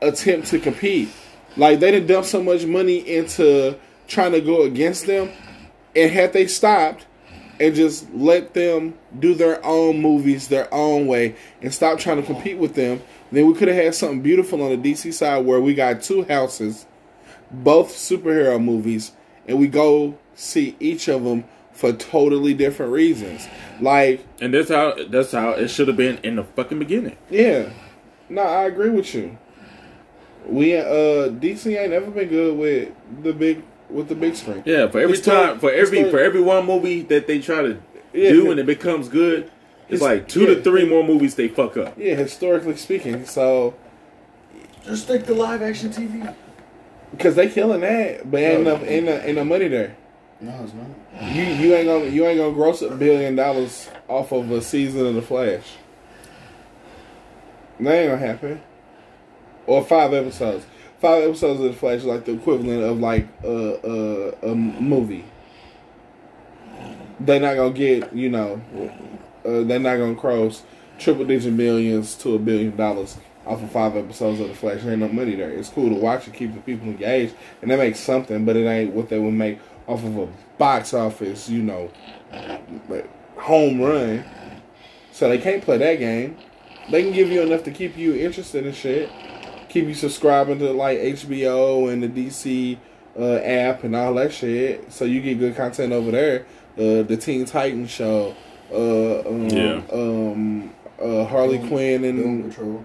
B: attempt to compete. Like they done dumped so much money into trying to go against them, and had they stopped and just let them do their own movies their own way and stop trying to compete with them, then we could have had something beautiful on the DC side where we got two houses both superhero movies and we go see each of them for totally different reasons. Like,
A: and that's how that's how it should have been in the fucking beginning.
B: yeah. No, I agree with you. We uh DC ain't ever been good with the big with the big screen.
A: Yeah, for every
B: It's still-
A: time for
B: it's
A: every
B: still-
A: for every one movie that they try to
B: Yeah.
A: do and it becomes good, it's,
B: It's-
A: like two
B: yeah.
A: to three more movies they fuck up. *laughs*
B: Yeah, historically speaking. So
C: just stick to live action TV.
B: because they killing that, but ain't enough ain't no, ain't no money there.
C: No, it's not.
B: You you ain't gonna you ain't gonna gross a billion dollars off of a season of the Flash. That ain't gonna happen. Or five episodes. Five episodes of the Flash is like the equivalent of like a a, a movie. They're not gonna get you know, uh, they're not gonna cross triple digit millions to a billion dollars off of five episodes of the Flash. There ain't no money there. It's cool to watch and keep the people engaged, and they make something, but it ain't what they would make off of a box office, you know, like, home run. So they can't play that game. They can give you enough to keep you interested in shit, keep you subscribing to like HBO and the DC uh, app and all that shit. So you get good content over there. Uh, the Teen Titans show, uh, um,
A: Yeah.
B: um, uh, Harley
C: Doom-
B: Quinn and
C: Doom Patrol.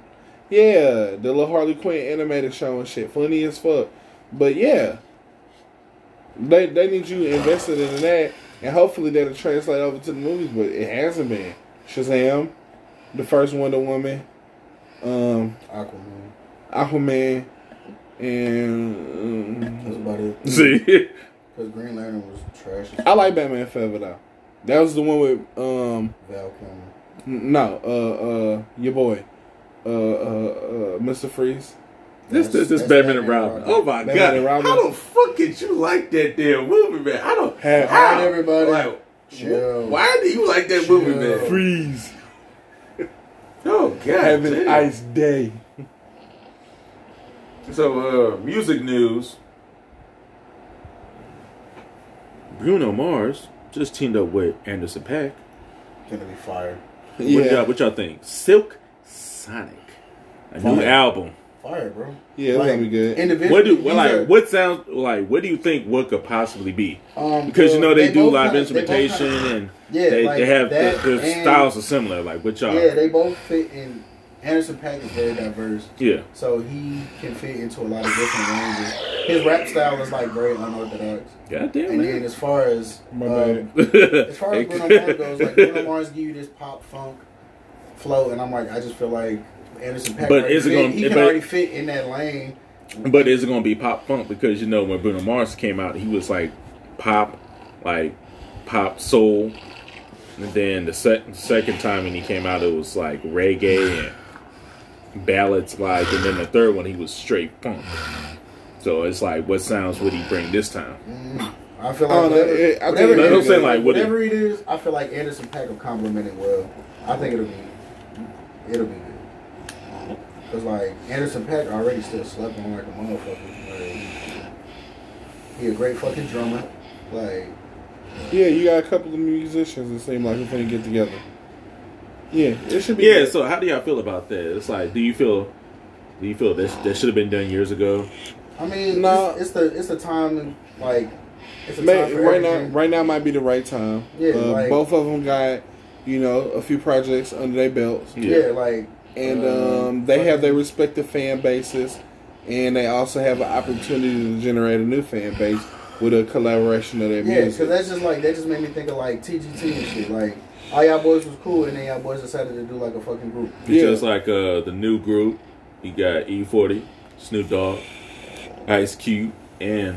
B: yeah, the little Harley Quinn animated show and shit, funny as fuck. But yeah, they they need you invested in that, and hopefully that'll translate over to the movies. But it hasn't been Shazam, the first Wonder Woman, um,
C: Aquaman.
B: Aquaman, and
C: That's
B: um,
A: *laughs*
C: about it.
A: See,
C: Because Green Lantern was trash. As
B: I like Batman Forever though. That was the one with um
C: Val Kilmer.
B: n- no uh uh your boy uh uh, uh Mister Freeze.
A: this this this
C: That's- that's
A: Batman and Robin. Oh my
B: Batman
A: god!
B: and Robin.
A: How the fuck did you like that damn movie, man? I don't.
B: Have
A: how?
C: fun, everybody.
A: Like,
C: Chill.
A: why do you like that
C: Chill.
A: movie, man?
B: Freeze
A: *laughs* Oh god!
B: having
A: damn.
B: ice day.
A: So, uh, music news. Bruno Mars just teamed up with Anderson Pack.
C: Gonna be fire.
A: What y'all, what y'all think? Silk Sonic, a new
C: Fire.
A: album.
C: Fire, bro.
B: Yeah, it's gonna be good.
C: Individually,
A: What do
C: these
A: what, like
C: are-
A: what sounds like? What do you think? What could possibly be?
C: um,
A: Because you know they, do
C: both
A: live
C: kinda- they both
A: instrumentation
C: kinda-
A: and
C: Yeah,
A: they,
C: like
A: they have
C: that
A: the, the
C: and-
A: styles are similar. Like what y'all?
C: yeah, they both fit in. Anderson Paak is very diverse,
A: yeah.
C: so he can fit into a lot of different ranges. His rap style is like very unorthodox.
A: Goddamn
C: And then
A: man.
C: as far as
B: My
C: um,
B: bad.
C: as far as Bruno Mars goes,
A: *laughs*
C: like Bruno Mars give you this pop funk flow, and I'm like, I just feel like Anderson Paak.
A: But
C: already
A: is it
C: fit-
A: gonna-
C: He can
A: but-
C: already fit in that lane.
A: But is it gonna be pop funk? Because you know when Bruno Mars came out, he was like pop, like pop soul. And then the sec- second time when he came out, it was like reggae and ballads, like. And then the third one, he was straight funk. So it's like, what sounds would he bring this time?
C: I feel
B: I
C: like
A: Oh,
B: don't know,
C: whatever,
B: it- I think it's
C: whatever, Oh, it
B: gonna
C: is-
B: be good.
A: Like, what it-
C: whatever it is, I feel like Anderson Paak will compliment it well. I think it'll be it'll be good. Cause like Anderson Paak already still slept on like a motherfucker. Like, he a great fucking drummer. Like
B: Yeah, you got a couple of musicians that seem like they're gonna get together. Yeah, it should be.
A: Yeah.
B: good.
A: So how do y'all feel about that? It's like, do you feel, do you feel this that should have been done years ago?
C: I mean,
B: No.
C: it's, it's the it's the time and like it's the
B: May-
C: time for
B: right now,
C: everything.
B: right now might be the right time.
C: Yeah,
B: uh,
C: like-
B: both of them got you know a few projects under their belts,
C: Yeah, like
B: and
C: uh,
B: um, they have their respective fan bases, and they also have an opportunity to generate a new fan base with a collaboration of their
C: Yeah, because
B: music.
C: that's just like that just made me think of like TGT and shit. Like all y'all boys was cool, and then y'all boys decided to do like a fucking group.
A: It's
B: Yeah.
A: just like uh, the new group. You got E40, Snoop Dogg, Ice Cube, and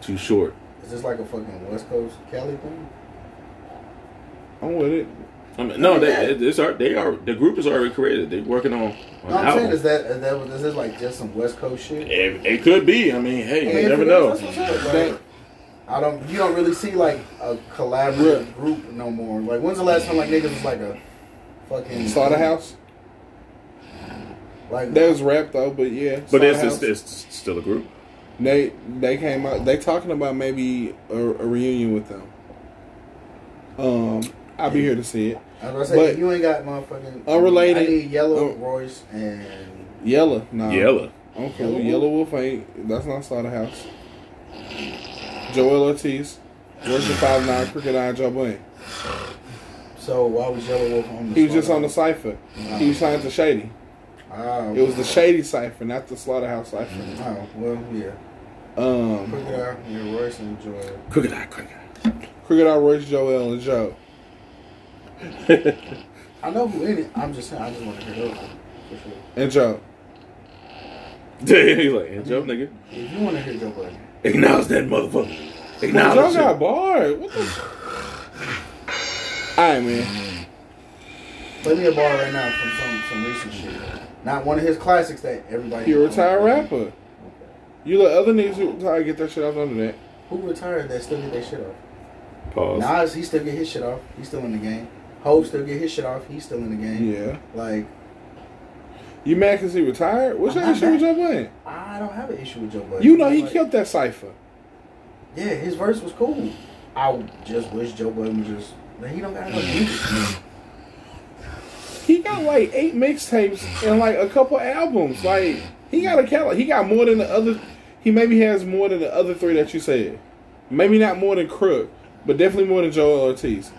A: Too Short.
C: Is this like a fucking West Coast Cali thing?
B: I'm with it.
A: I mean, no, they, it's are they are the group is already created. They're working on on
C: No, I'm saying is
A: album.
C: that is that is this like just some West Coast shit?
A: It, it could be. I mean, hey,
C: And
A: you never
C: for
A: know.
C: us, that's what's up, like, I don't. You don't really see like a collaborative group no more. Like when's the last time like niggas was like a fucking
B: Slaughterhouse.
C: Like
B: That was rap though, but yeah.
A: But it's,
B: Slaughterhouse.
A: it's it's still a group.
B: They they came out. They talking about maybe a, a reunion with them. Um, I'll be here to see it.
C: I was gonna say
B: but-
C: you ain't got motherfucking
B: Unrelated.
C: I need Yellow
B: Um,
C: Royce and
B: Yellow, nah.
C: Um,
A: Yella.
B: Okay,
C: Yellow
B: Yellow, Wolf ain't. That's not Slaughterhouse. Joel Ortiz, Worship Five Nine, Crooked Eye, Joe Blaine.
C: so why was Yellow Wolf on the?
B: He was just on the
C: Slaughterhouse?
B: cipher. He was signed to Shady.
C: Ah,
B: It was the Shady cipher, not the Slaughterhouse cipher.
C: Oh well, yeah.
B: Um,
C: Crooked Eye, yeah, Royce and Joel.
A: Crooked eye, crooked eye. *laughs*
B: Crooked Eye, Royce, Joel, and Joe.
C: I know who in it. I'm just saying. I just want to hear those for sure.
B: And Joe.
A: He's like, "Hands up, nigga.
C: If you want to hear Joe Budden,
A: Acknowledge that motherfucker.
B: Joe
A: Acknowledge
B: got
A: it.
B: barred. What the? All right, man.
C: Play me a bar right now from some some recent shit. Not one of his classics that everybody.
B: He a retired rapper. You let other niggas who retired get their shit off under that.
C: Who retired that still get their shit off?
B: Oh.
A: Pause.
C: Nas, he still get his shit off. He's still in the game. Hope still get his shit off. He's still in the game.
B: Yeah.
C: Like
B: You mad because he retired? What's
C: I'm
B: that
C: not
B: shit with your man?
C: I don't have an issue with Joe Budden.
B: You know he
C: Like,
B: killed that cipher.
C: Yeah, his verse was cool. I just wish Joe Budden was just. Man, he don't got no
B: *laughs*
C: music.
B: He got like eight mixtapes and like a couple albums. Like he got a catalog. He got more than the other. He maybe has more than the other three that you said. Maybe not more than Crook, but definitely more than Joel Ortiz,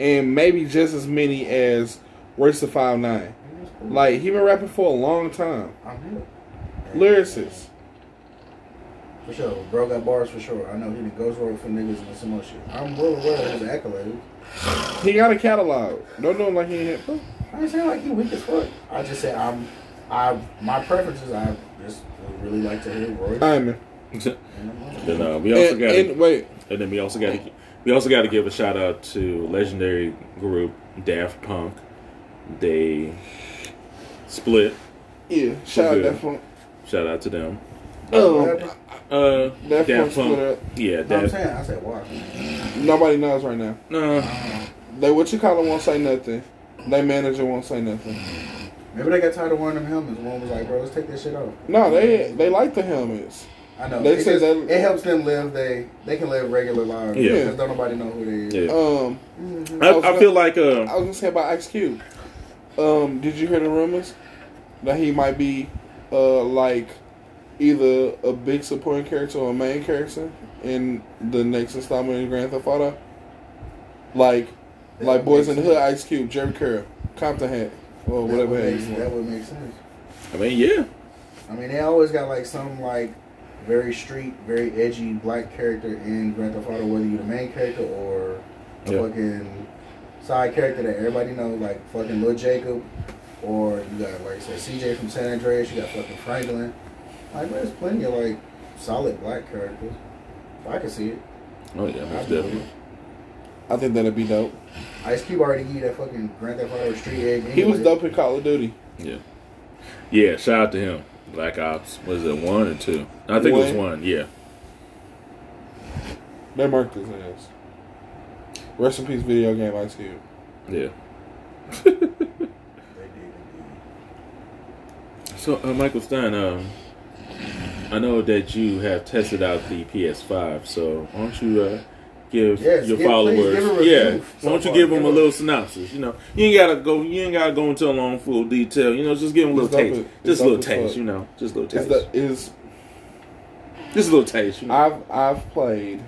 B: and maybe just as many as Race to Five Nine. Like he been rapping for a long time.
C: I'm here.
B: Lyricist.
C: For sure. Bro got bars for sure. I know he the ghost road for niggas and some other shit. I'm well aware of his accolades.
B: He got a catalog. Don't do him like he ain't had.
C: I ain't saying like he weak as fuck. I just said I'm. I my preference is I just would really like to hear Roy.
B: Diamond.
C: and I'm like,
A: Then, uh, we also
B: And,
A: got
B: and wait,
A: And then we also got to we also got to give a shout out to legendary group Daft Punk. They split.
B: yeah. Shout out
A: Okay.
B: that funk.
A: Shout out to them.
C: what
B: Oh,
C: happened?
A: Uh,
B: Daft
A: Daft Punk.
B: Punk split up.
A: Yeah,
C: No, I'm
A: Daft.
C: saying I said why.
B: nobody knows right now.
A: No,
B: They what you call it won't say nothing. They manager won't say nothing.
C: Maybe they got tired of wearing them helmets. One was like, bro, let's take that shit off.
B: No, they they like the helmets.
C: I know.
B: They
C: it,
B: said
C: just-
B: that-
C: it helps them live. They they can live regular lives.
A: Yeah.
C: Because don't nobody know who they is.
A: yeah.
B: Um,
A: I, I feel like
B: I
A: uh,
B: was gonna say about Ice Cube. Um, did you hear the rumors that he might be uh like either a big supporting character or a main character in the next installment in Grand Theft Auto? Like, like Boys in the Hood, Ice Cube, Jerry Curl, Compton Hat, or
C: That
B: whatever.
C: would
B: hat
C: make-
B: you want.
C: that would make sense.
A: I mean, yeah,
C: I mean, they always got like some like very street, very edgy black character in Grand Theft Auto, whether you're the main character or a
A: Yeah.
C: fucking side character that everybody knows, like fucking Lil Jacob, or you got like say CJ from San Andreas, you got fucking Franklin. Like, there's plenty of like solid black characters. I can see it.
A: oh yeah,
C: I
A: most
C: believe
A: definitely.
C: it.
B: I think that'd be dope.
C: Ice Cube already gave you that fucking Grand Theft Auto street egg.
B: He was
C: anyway.
B: dope in Call of Duty.
A: Yeah, shout out to him. Black Ops was it one or two? I think it was one. Yeah,
B: They marked his ass. Rest in peace, video game Ice Cube.
A: yeah.
C: They did, they did.
A: So uh, Michael Stein, um, I know that you have tested out the PS5. So why don't you uh, give
C: Yes,
A: your
C: give- please
A: followers,
C: give a review
A: yeah,
C: so
A: why don't you
C: far.
A: give them
C: Give
A: a
C: a-
A: little synopsis? You know, you ain't gotta go, you ain't gotta go into a long full detail. You know, just give them a
B: It's
A: little
B: dope
A: taste,
B: as- it's
A: just a
B: dope
A: little
B: as
A: taste.
B: fuck.
A: You know, just a little
B: Is
A: taste,
B: the is
A: just a little taste. You know,
B: I've I've played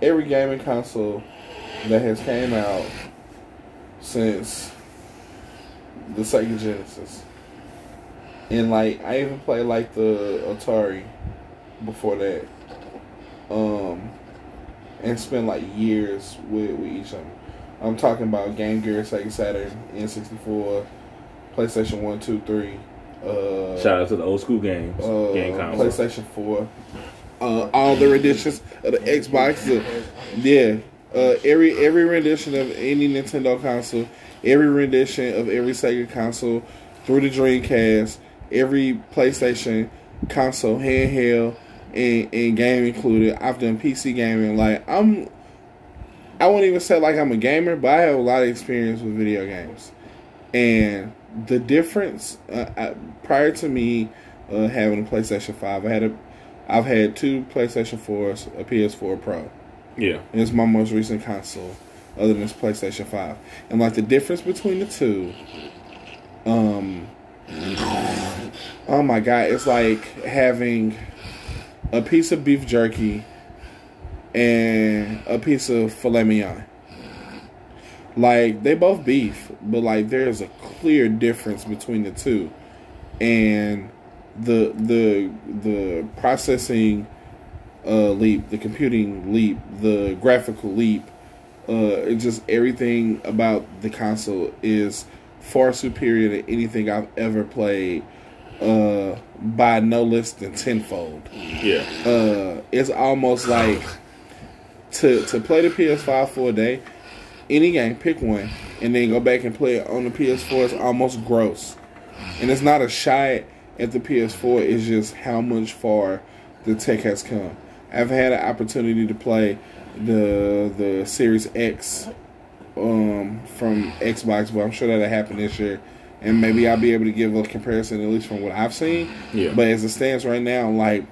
B: every gaming console that has came out since the Sega Genesis, and like I even played like the Atari before that, um, and spent like years with with each of them. I'm talking about Game Gear, Sega Saturn, N64, PlayStation One, Two, Three. Uh,
A: shout out to the old school games,
B: uh,
A: game console.
B: PlayStation 4, uh, all the renditions of the Xbox. uh, yeah, uh, every every rendition of any Nintendo console, every rendition of every Sega console, through the Dreamcast, every PlayStation console, handheld, and, and game included. I've done PC gaming. Like I'm, I won't even say like I'm a gamer, but I have a lot of experience with video games, and the difference uh, I, prior to me uh, having a PlayStation Five, I had a, I've had two PlayStation Fours, a PS4 Pro,
A: Yeah,
B: and it's my most recent console, other than this PlayStation Five, and like the difference between the two, um, oh my god, it's like having a piece of beef jerky and a piece of filet mignon. Like they both beef, but like there's a clear difference between the two, and the the the processing uh, leap, the computing leap, the graphical leap, uh, it's just everything about the console is far superior to anything I've ever played uh, by no less than tenfold
A: yeah,
B: uh, it's almost like to to play the PS5 for a day. any game, pick one, and then go back and play it on the PS4 is almost gross. And it's not a shot at the PS4, it's just how much far the tech has come. I've had an opportunity to play the the Series X um, from Xbox, but I'm sure that'll happen this year. And maybe I'll be able to give a comparison, at least from what I've seen.
A: Yeah.
B: But as it stands right now, like,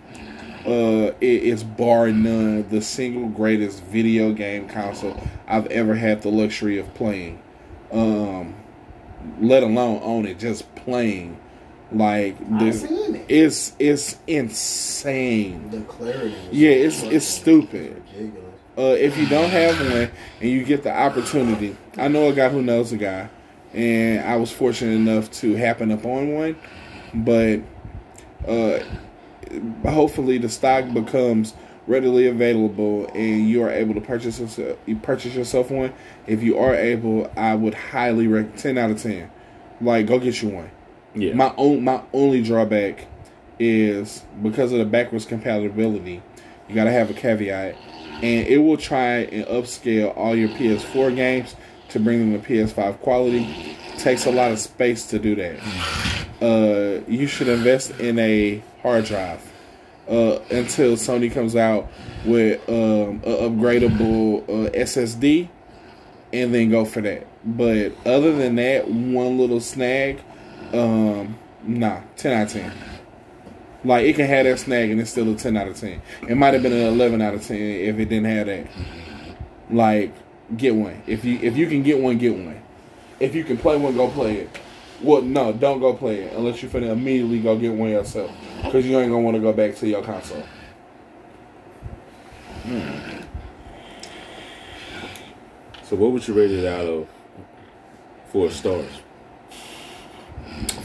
B: uh, it is bar none the single greatest video game console I've ever had the luxury of playing. Um, let alone own it, just playing. Like,
C: I
B: this,
C: seen it.
B: it's it's insane.
C: The clarity. was
B: Yeah, it's- it's stupid.
C: Ridiculous.
B: uh, if you don't have one and you get the opportunity, I know a guy who knows a guy, and I was fortunate enough to happen upon one, but uh, hopefully the stock becomes readily available and you are able to purchase yourself, you purchase yourself one. If you are able, I would highly recommend ten out of ten. Like, go get you one.
A: Yeah.
B: My own my only drawback is because of the backwards compatibility, you gotta have a caveat, and it will try and upscale all your PS4 games to bring them to PS5 quality. Takes a lot of space to do that. Uh, you should invest in a hard drive uh, until Sony comes out with um, a upgradable uh, SSD and then go for that. But other than that, one little snag, um, nah, ten out of ten. Like it can have that snag and it's still a ten out of ten. It might have been an eleven out of ten if it didn't have that. Like, get one. If you if you can get one, get one. If you can play one, go play it. Well, no, don't go play it unless you finna immediately go get one yourself, cause you ain't gonna want to go back to your console.
A: So what would you rate it out of four stars?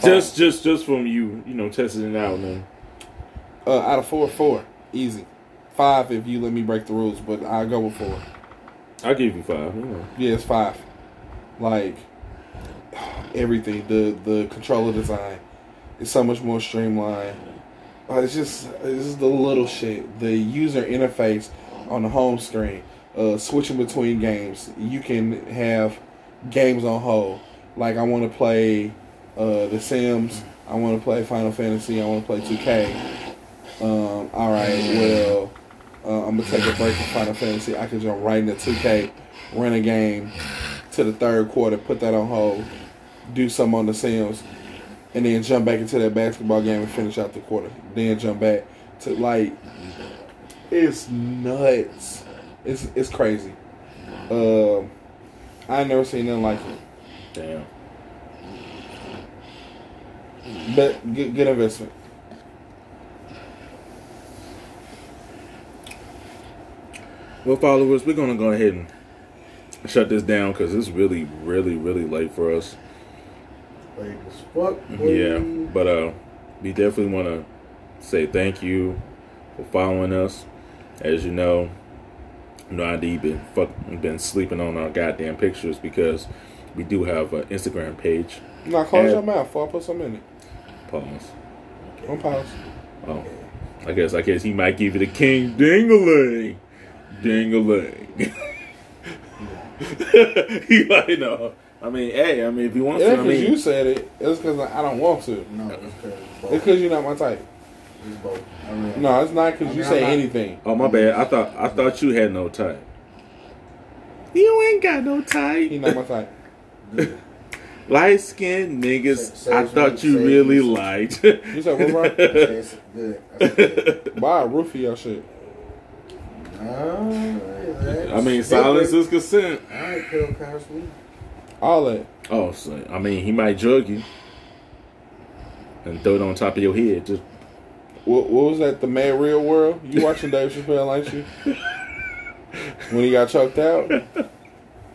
A: Just just just from you, you know, testing it out man.
B: Uh, out of four, four, easy. Five if you let me break the rules, but I'll go with four.
A: I'll give you five, you know.
B: Yeah, it's five. Like everything, the the controller design is so much more streamlined. Uh, it's just it's just the little shit. The user interface on the home screen, uh, switching between games. You can have games on hold. Like I want to play uh, The Sims. I want to play Final Fantasy. I want to play 2K. Um, all right, well, uh, I'm gonna take a break from Final Fantasy. I can jump right into 2K, run a game to the third quarter, put that on hold, do something on The Sims, and then jump back into that basketball game and finish out the quarter. Then jump back to like, it's nuts. It's it's crazy. Um, I ain't never seen nothing like it.
A: Damn.
B: But good, good investment.
A: Well, followers, we're gonna go ahead and shut this down because it's really, really, really late for us.
C: Like as fuck. boy.
A: Yeah, but uh, we definitely want to say thank you for following us. As you know, no ID been fuck, been sleeping on our goddamn pictures because we do have an Instagram page.
B: Now close
A: Yeah.
B: your mouth. before I put something in it.
A: Pause.
B: On pause.
A: Oh, I guess I guess he might give you the king dingaling, dingaling. *laughs* he like no. I mean, hey, I mean, if he wants
B: Yeah,
A: to, I
B: because
A: mean,
B: you said it. It's because I don't want to.
C: No, it's crazy.
B: It's because you're not my type.
C: It's both. I really-
B: No, it's not because
C: I
B: you
C: mean,
B: say
C: I'm not-
B: anything.
A: Oh my bad. I thought I thought you had no type. You ain't got no
B: He's
A: type.
B: not my type.
A: Light skinned niggas.
C: Say- say
A: I
C: his
A: thought
C: name,
A: you
C: say his
A: really
C: name.
A: lied.
B: You
A: *laughs*
B: said what, bro?
C: It's good. That's good.
B: Buy a roof of your shit.
C: I
A: I mean, silence is consent.
C: All right, Phil Cosby.
B: All that.
A: Oh, so, I mean, he might drug you and throw it on top of your head. Just
B: What, what was that? The Mad Real World? You watching Dave Chappelle, ain't you? When he got choked out?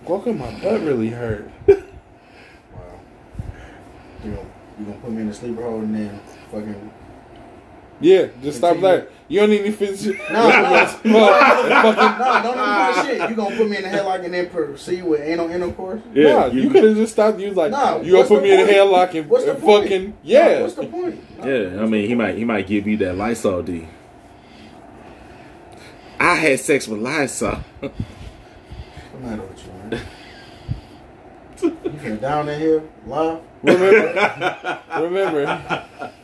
B: Welcome, my butt really hurt.
C: Wow. You gonna you gonna put me in the sleeper hole and then fucking *laughs*
B: Yeah, just stop
C: Continue.
B: there. You don't need any physical. *laughs*
C: no no
B: fucking,
C: no don't even shit. You gonna put me in the headlock and then proceed with anal intercourse?
A: yeah,
B: nah, you, could have just stopped. You was like,
C: Nah,
B: you gonna
C: what's
B: put
C: the
B: me in a
C: point?
B: headlock and,
C: What's the
B: and
C: point?
B: Uh, fucking
C: No,
B: yeah.
C: what's the point? No.
A: *laughs* yeah. I mean, he might he might give you that Lysol D. I had sex with Lysol.
C: I'm not with you, man. You finna down that hill
A: *laughs*
C: live?
B: Remember,
C: *laughs*
B: remember.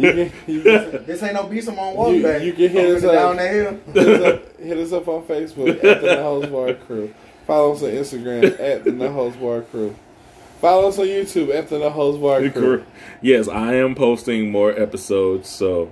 B: You can, you can,
C: This ain't no beast I'm on walk
B: You-
C: back.
B: you can uh, hit
C: I'm
B: us
C: finna
B: up.
C: down that hill.
B: *laughs* hit, us up, hit us up on Facebook at the Hoes Bar Crew. Follow us on Instagram at the Hoes Bar Crew. Follow us on YouTube at the Hoes Bar Crew.
A: *laughs* Yes, I am posting more episodes, so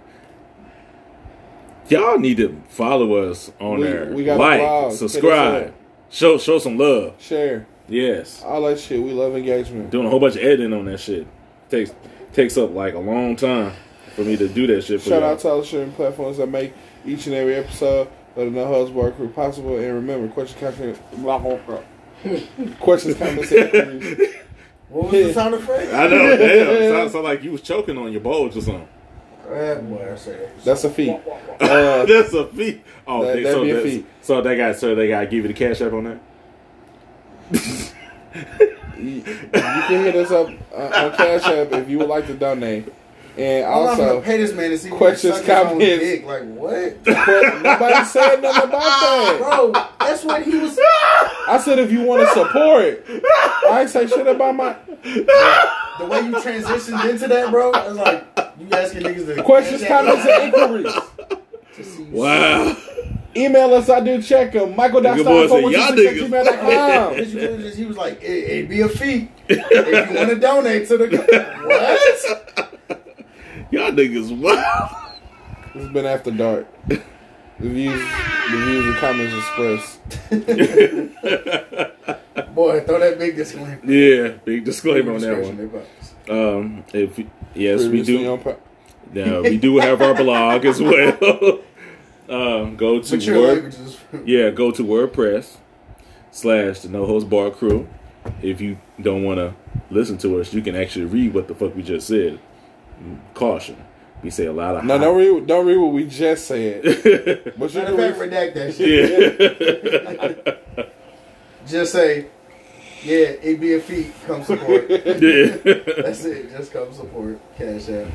A: y'all need to follow us on
B: We-
A: there.
B: we got a
A: like,
B: blog. Hit us
A: subscribe,
B: up. Uh,
A: show show some love.
B: Share
A: Yes,
B: all that shit. We love engagement.
A: doing a whole bunch of editing on that shit takes takes up like a long time for me to do that shit. For
B: Shout
A: y'all.
B: out to all the sharing platforms that make each and every episode of the No Hugs Bar Crew possible. And remember, question, comments, blah, blah, blah. *laughs* questions, comments, and queries.
C: What was the sound effect?
A: *laughs* I know,
B: *laughs*
A: damn. Sounds sound like you was choking on your bulge or something.
C: That boy, I said.
B: That's a feat.
A: *laughs*
B: Uh,
A: That's a feat. Oh,
B: That-
A: they,
B: that'd
A: so,
B: be a
A: that's-
B: feat.
A: so they got so they got to give you the cash app on that.
B: you, you can hit us up uh, on Cash App if you would like to donate. And
C: I'm not gonna
B: also,
C: pay this man to see me
B: questions,
C: suck his own
B: comments.
C: dick. Like what,
B: but nobody said nothing about that.
C: bro? That's what he was.
B: I said if you want to support, I ain't say shit about my
C: The way you transitioned into that, bro. It's like you asking niggas to
B: questions,
C: cash out
B: comments, and inquiries.
C: to see you
A: Wow.
B: Email us. I do check them. Michael
A: Nigga boy said, "Y'all niggas." *laughs*
C: suck.
B: Michael.com.
C: Did you really just- He was like, it, it be a fee if you want to donate to
B: *laughs*
C: the. co-" What?
A: *laughs* Y'all niggas wow.
B: It's been after dark. The views, the views and comments expressed.
C: Boy, throw that big disclaimer.
A: Yeah, big disclaimer on that
C: Discretion,
A: one.
C: everybody.
A: Um, if yes, we
B: Previously
A: do. *laughs*
B: on po-
A: Now, we do have our blog as
B: *laughs*
A: well. um, go to
C: Mature
A: Word-
C: languages.
A: yeah, go to WordPress slash the No Host Bar Crew. If you don't want to listen to us, you can actually read what the fuck we just said. Mm, Caution, we say a lot of
B: No,
A: high-
B: don't read. Don't read what we just said.
A: *laughs*
B: But you
C: Matter
B: can
C: of fact,
B: read.
C: redact that shit.
B: *laughs*
A: yeah.
C: Just say, yeah, it be a fee. Come
A: *laughs*
C: support.
A: yeah.
C: That's it. Just come support Cash App.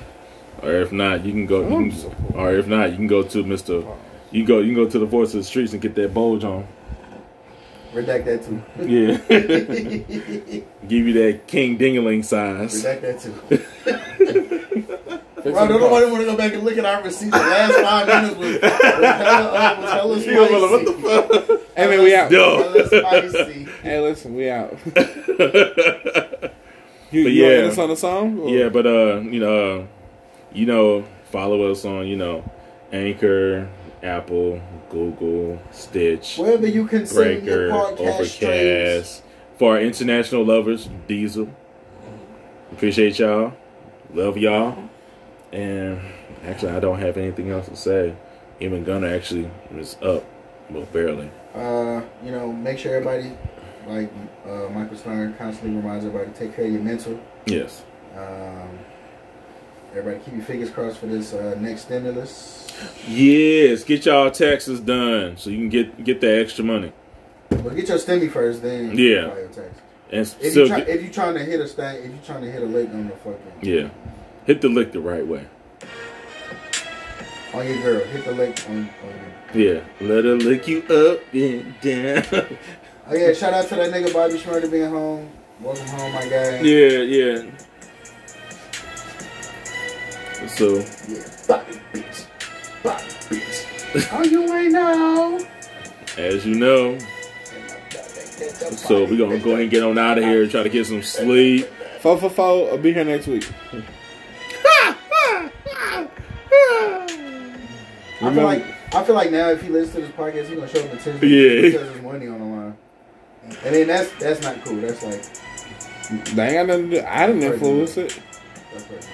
A: Or if not, you can go. You
B: I'm so
A: can, or if not, you can go to Mister. You go. You can go to the Force of the Streets and get that bulge on.
C: Redact that
A: *laughs*
C: too.
A: Yeah,
C: Redact
A: give you that King Dingaling size.
C: that too.
B: Fix
C: Bro,
B: them
C: don't
B: comments.
C: nobody want to go back and look at our receipts. The last five minutes was, was hella, uh, was
A: You
C: hella
A: gonna be like, what
C: spicy.
A: the fuck?
B: Hey man, we out.
A: Yo.
C: Hella spicy.
B: Hey, listen, we
A: *laughs*
B: out. You,
A: But
B: you
A: yeah.
B: yeah. want to on the song? Or-
A: Yeah, but uh, you know, uh, you know, follow us on you know, Anchor, Apple, Google, Stitch,
C: Wherever you can send your
A: Breaker,
C: podcast streams.
A: Overcast. For our international lovers, Diesel. Appreciate y'all. Love y'all. And actually, I don't have anything else to say. Even Gunner actually was up, well, barely.
C: uh, you know, make sure everybody, like uh, Michael Stein constantly reminds everybody, take care of your mental.
A: Yes.
C: Um, everybody, keep your fingers crossed for this uh, next stimulus.
A: Yes. Get y'all taxes done so you can get get that extra money
C: But get your stimmy first, then
A: Yeah.
C: file your taxes.
A: and
C: If
A: still
C: you try,
A: get,
C: if you trying to hit a stack, if you trying to hit a lick on the fucking
A: yeah, hit the lick the right way.
C: on your girl, hit the lick on. on your,
A: Yeah. Let her lick you up and down. *laughs*
C: oh yeah, shout out to that nigga Bobby Schmurder being home. Welcome home, my guy.
A: yeah. Yeah. So.
C: Yeah, Bobby bitch, Bobby bitch. oh, you ain't know.
A: As you know, so we're gonna go ahead and get on out of here and try to get some sleep.
B: Four for four. I'll be here next week.
C: I feel like I feel like now if he listens to this podcast, he's gonna show up attention
A: Yeah.
C: because there's money on the line. And then that's that's not cool. That's like
B: They ain't got nothing to do. I didn't influence it.
C: that's like-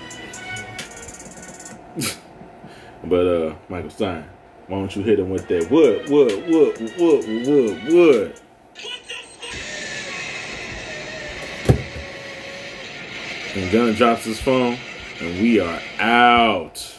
A: But uh, Michael Stein, why don't you hit him with that wood, wood, wood, wood, wood, wood? And Gunna drops his phone, and we are out.